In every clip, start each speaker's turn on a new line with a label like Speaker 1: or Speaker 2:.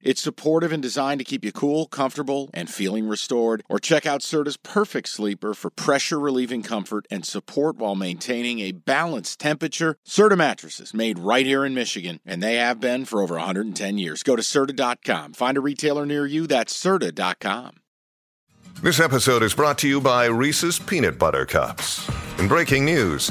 Speaker 1: It's supportive and designed to keep you cool, comfortable, and feeling restored. Or check out Serta's Perfect Sleeper for pressure relieving comfort and support while maintaining a balanced temperature. Serta mattresses made right here in Michigan, and they have been for over 110 years. Go to Serta.com. Find a retailer near you. That's Serta.com.
Speaker 2: This episode is brought to you by Reese's Peanut Butter Cups. In breaking news,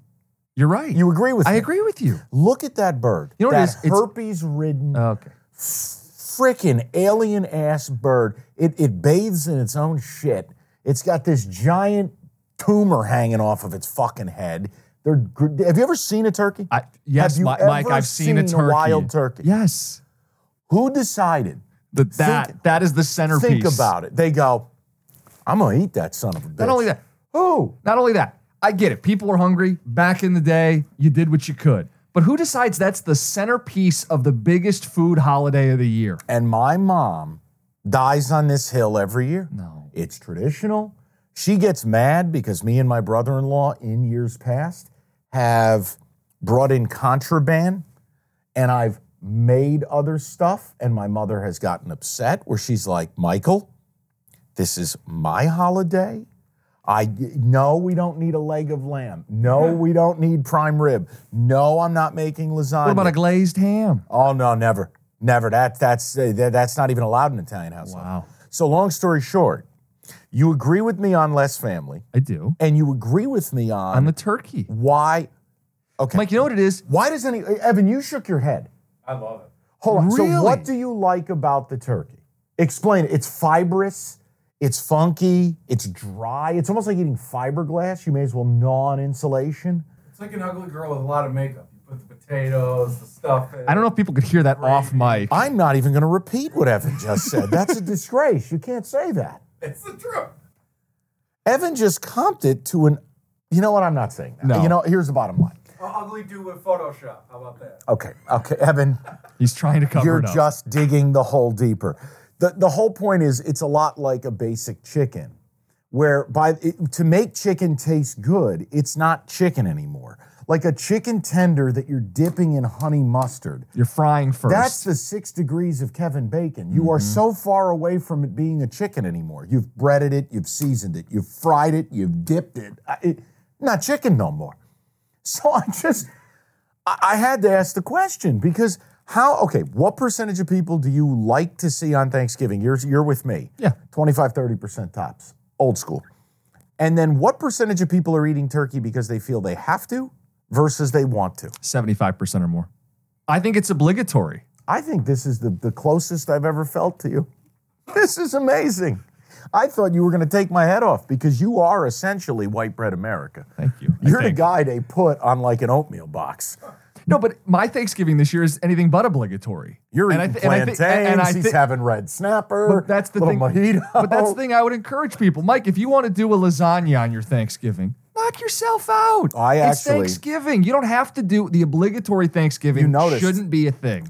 Speaker 3: You're right.
Speaker 4: You agree with
Speaker 3: I
Speaker 4: me.
Speaker 3: agree with you.
Speaker 4: Look at that bird.
Speaker 3: You know what it
Speaker 4: that
Speaker 3: is? It's- Oh,
Speaker 4: herpes-ridden,
Speaker 3: Okay.
Speaker 4: frickin' alien ass bird. It it bathes in its own shit. It's got this giant tumor hanging off of its fucking head. They're gr- have you ever seen a turkey?
Speaker 3: I, yes,
Speaker 4: Have you
Speaker 3: Mi- Mike,
Speaker 4: ever
Speaker 3: I've seen, a
Speaker 4: seen a
Speaker 3: turkey.
Speaker 4: wild turkey?
Speaker 3: Yes.
Speaker 4: Who decided?
Speaker 3: The, that
Speaker 4: Think-
Speaker 3: that is the centerpiece.
Speaker 4: Think about it. They go, I'm gonna eat that son of a bitch.
Speaker 3: Not only that. Oh, not only that. I get it. People are hungry. Back in the day, you did what you could. But who decides that's the centerpiece of the biggest food holiday of the year?
Speaker 4: And my mom dies on this hill every year. No. It's traditional. She gets mad because me and my brother in law in years past have brought in contraband and I've made other stuff. And my mother has gotten upset where she's like, Michael, this is my holiday. I no, we don't need a leg of lamb. No, we don't need prime rib. No, I'm not making lasagna.
Speaker 3: What about a glazed ham?
Speaker 4: Oh no, never, never. That that's uh, that, that's not even allowed in an Italian household.
Speaker 3: Wow.
Speaker 4: So long story short, you agree with me on less family,
Speaker 3: I do.
Speaker 4: and you agree with me on
Speaker 3: On the turkey.
Speaker 4: why. Okay,
Speaker 3: Mike, you know what it is?
Speaker 4: why does any Evan? You shook your head.
Speaker 5: I love it.
Speaker 4: Hold on. So
Speaker 3: Really?
Speaker 4: what do you like about the turkey? Explain it. It's fibrous. It's funky. It's dry. It's almost like eating fiberglass. You may as well gnaw on insulation.
Speaker 5: It's like an ugly girl with a lot of makeup. You put the potatoes, the stuff.
Speaker 3: I don't know if people could hear that off mic.
Speaker 4: I'm not even going to repeat what Evan just said. That's a disgrace. You can't say that.
Speaker 5: It's the truth.
Speaker 4: Evan just comped it to an. You know what? I'm not saying that.
Speaker 3: No.
Speaker 4: You know, here's the bottom line.
Speaker 5: An ugly dude with Photoshop. How about that?
Speaker 4: Okay, okay, Evan,
Speaker 3: He's trying to cover
Speaker 4: you're
Speaker 3: it up.
Speaker 4: just digging the hole deeper. The, the whole point is it's a lot like a basic chicken, where by it, to make chicken taste good, it's not chicken anymore. Like a chicken tender that you're dipping in honey mustard.
Speaker 3: you're frying first.
Speaker 4: That's the six degrees of Kevin Bacon. You are so far away from it being a chicken anymore. You've breaded it, you've seasoned it, you've fried it, you've dipped it. I- it not chicken no more. So I just, I, I had to ask the question because how, okay, what percentage of people do you like to see on Thanksgiving? You're, you're with me.
Speaker 3: Yeah.
Speaker 4: 25, 30% tops, old school. And then what percentage of people are eating turkey because they feel they have to versus they want to?
Speaker 3: 75% or more. I think it's obligatory.
Speaker 4: I think this is the, the closest I've ever felt to you. This is amazing. I thought you were going to take my head off because you are essentially white bread America.
Speaker 3: Thank you. I
Speaker 4: You're the
Speaker 3: think.
Speaker 4: guy they put on like an oatmeal box.
Speaker 3: No, but my Thanksgiving this year is anything but obligatory.
Speaker 4: You're eating
Speaker 3: thi-
Speaker 4: plantains. he's
Speaker 3: thi-
Speaker 4: having red snapper.
Speaker 3: But that's the
Speaker 4: little
Speaker 3: thing.
Speaker 4: Mojito.
Speaker 3: But that's the thing I would encourage people, Mike. If you want to do a lasagna on your Thanksgiving, knock yourself out.
Speaker 4: I
Speaker 3: it's
Speaker 4: actually-
Speaker 3: Thanksgiving. You don't have to do the obligatory Thanksgiving.
Speaker 4: You noticed.
Speaker 3: shouldn't be a thing.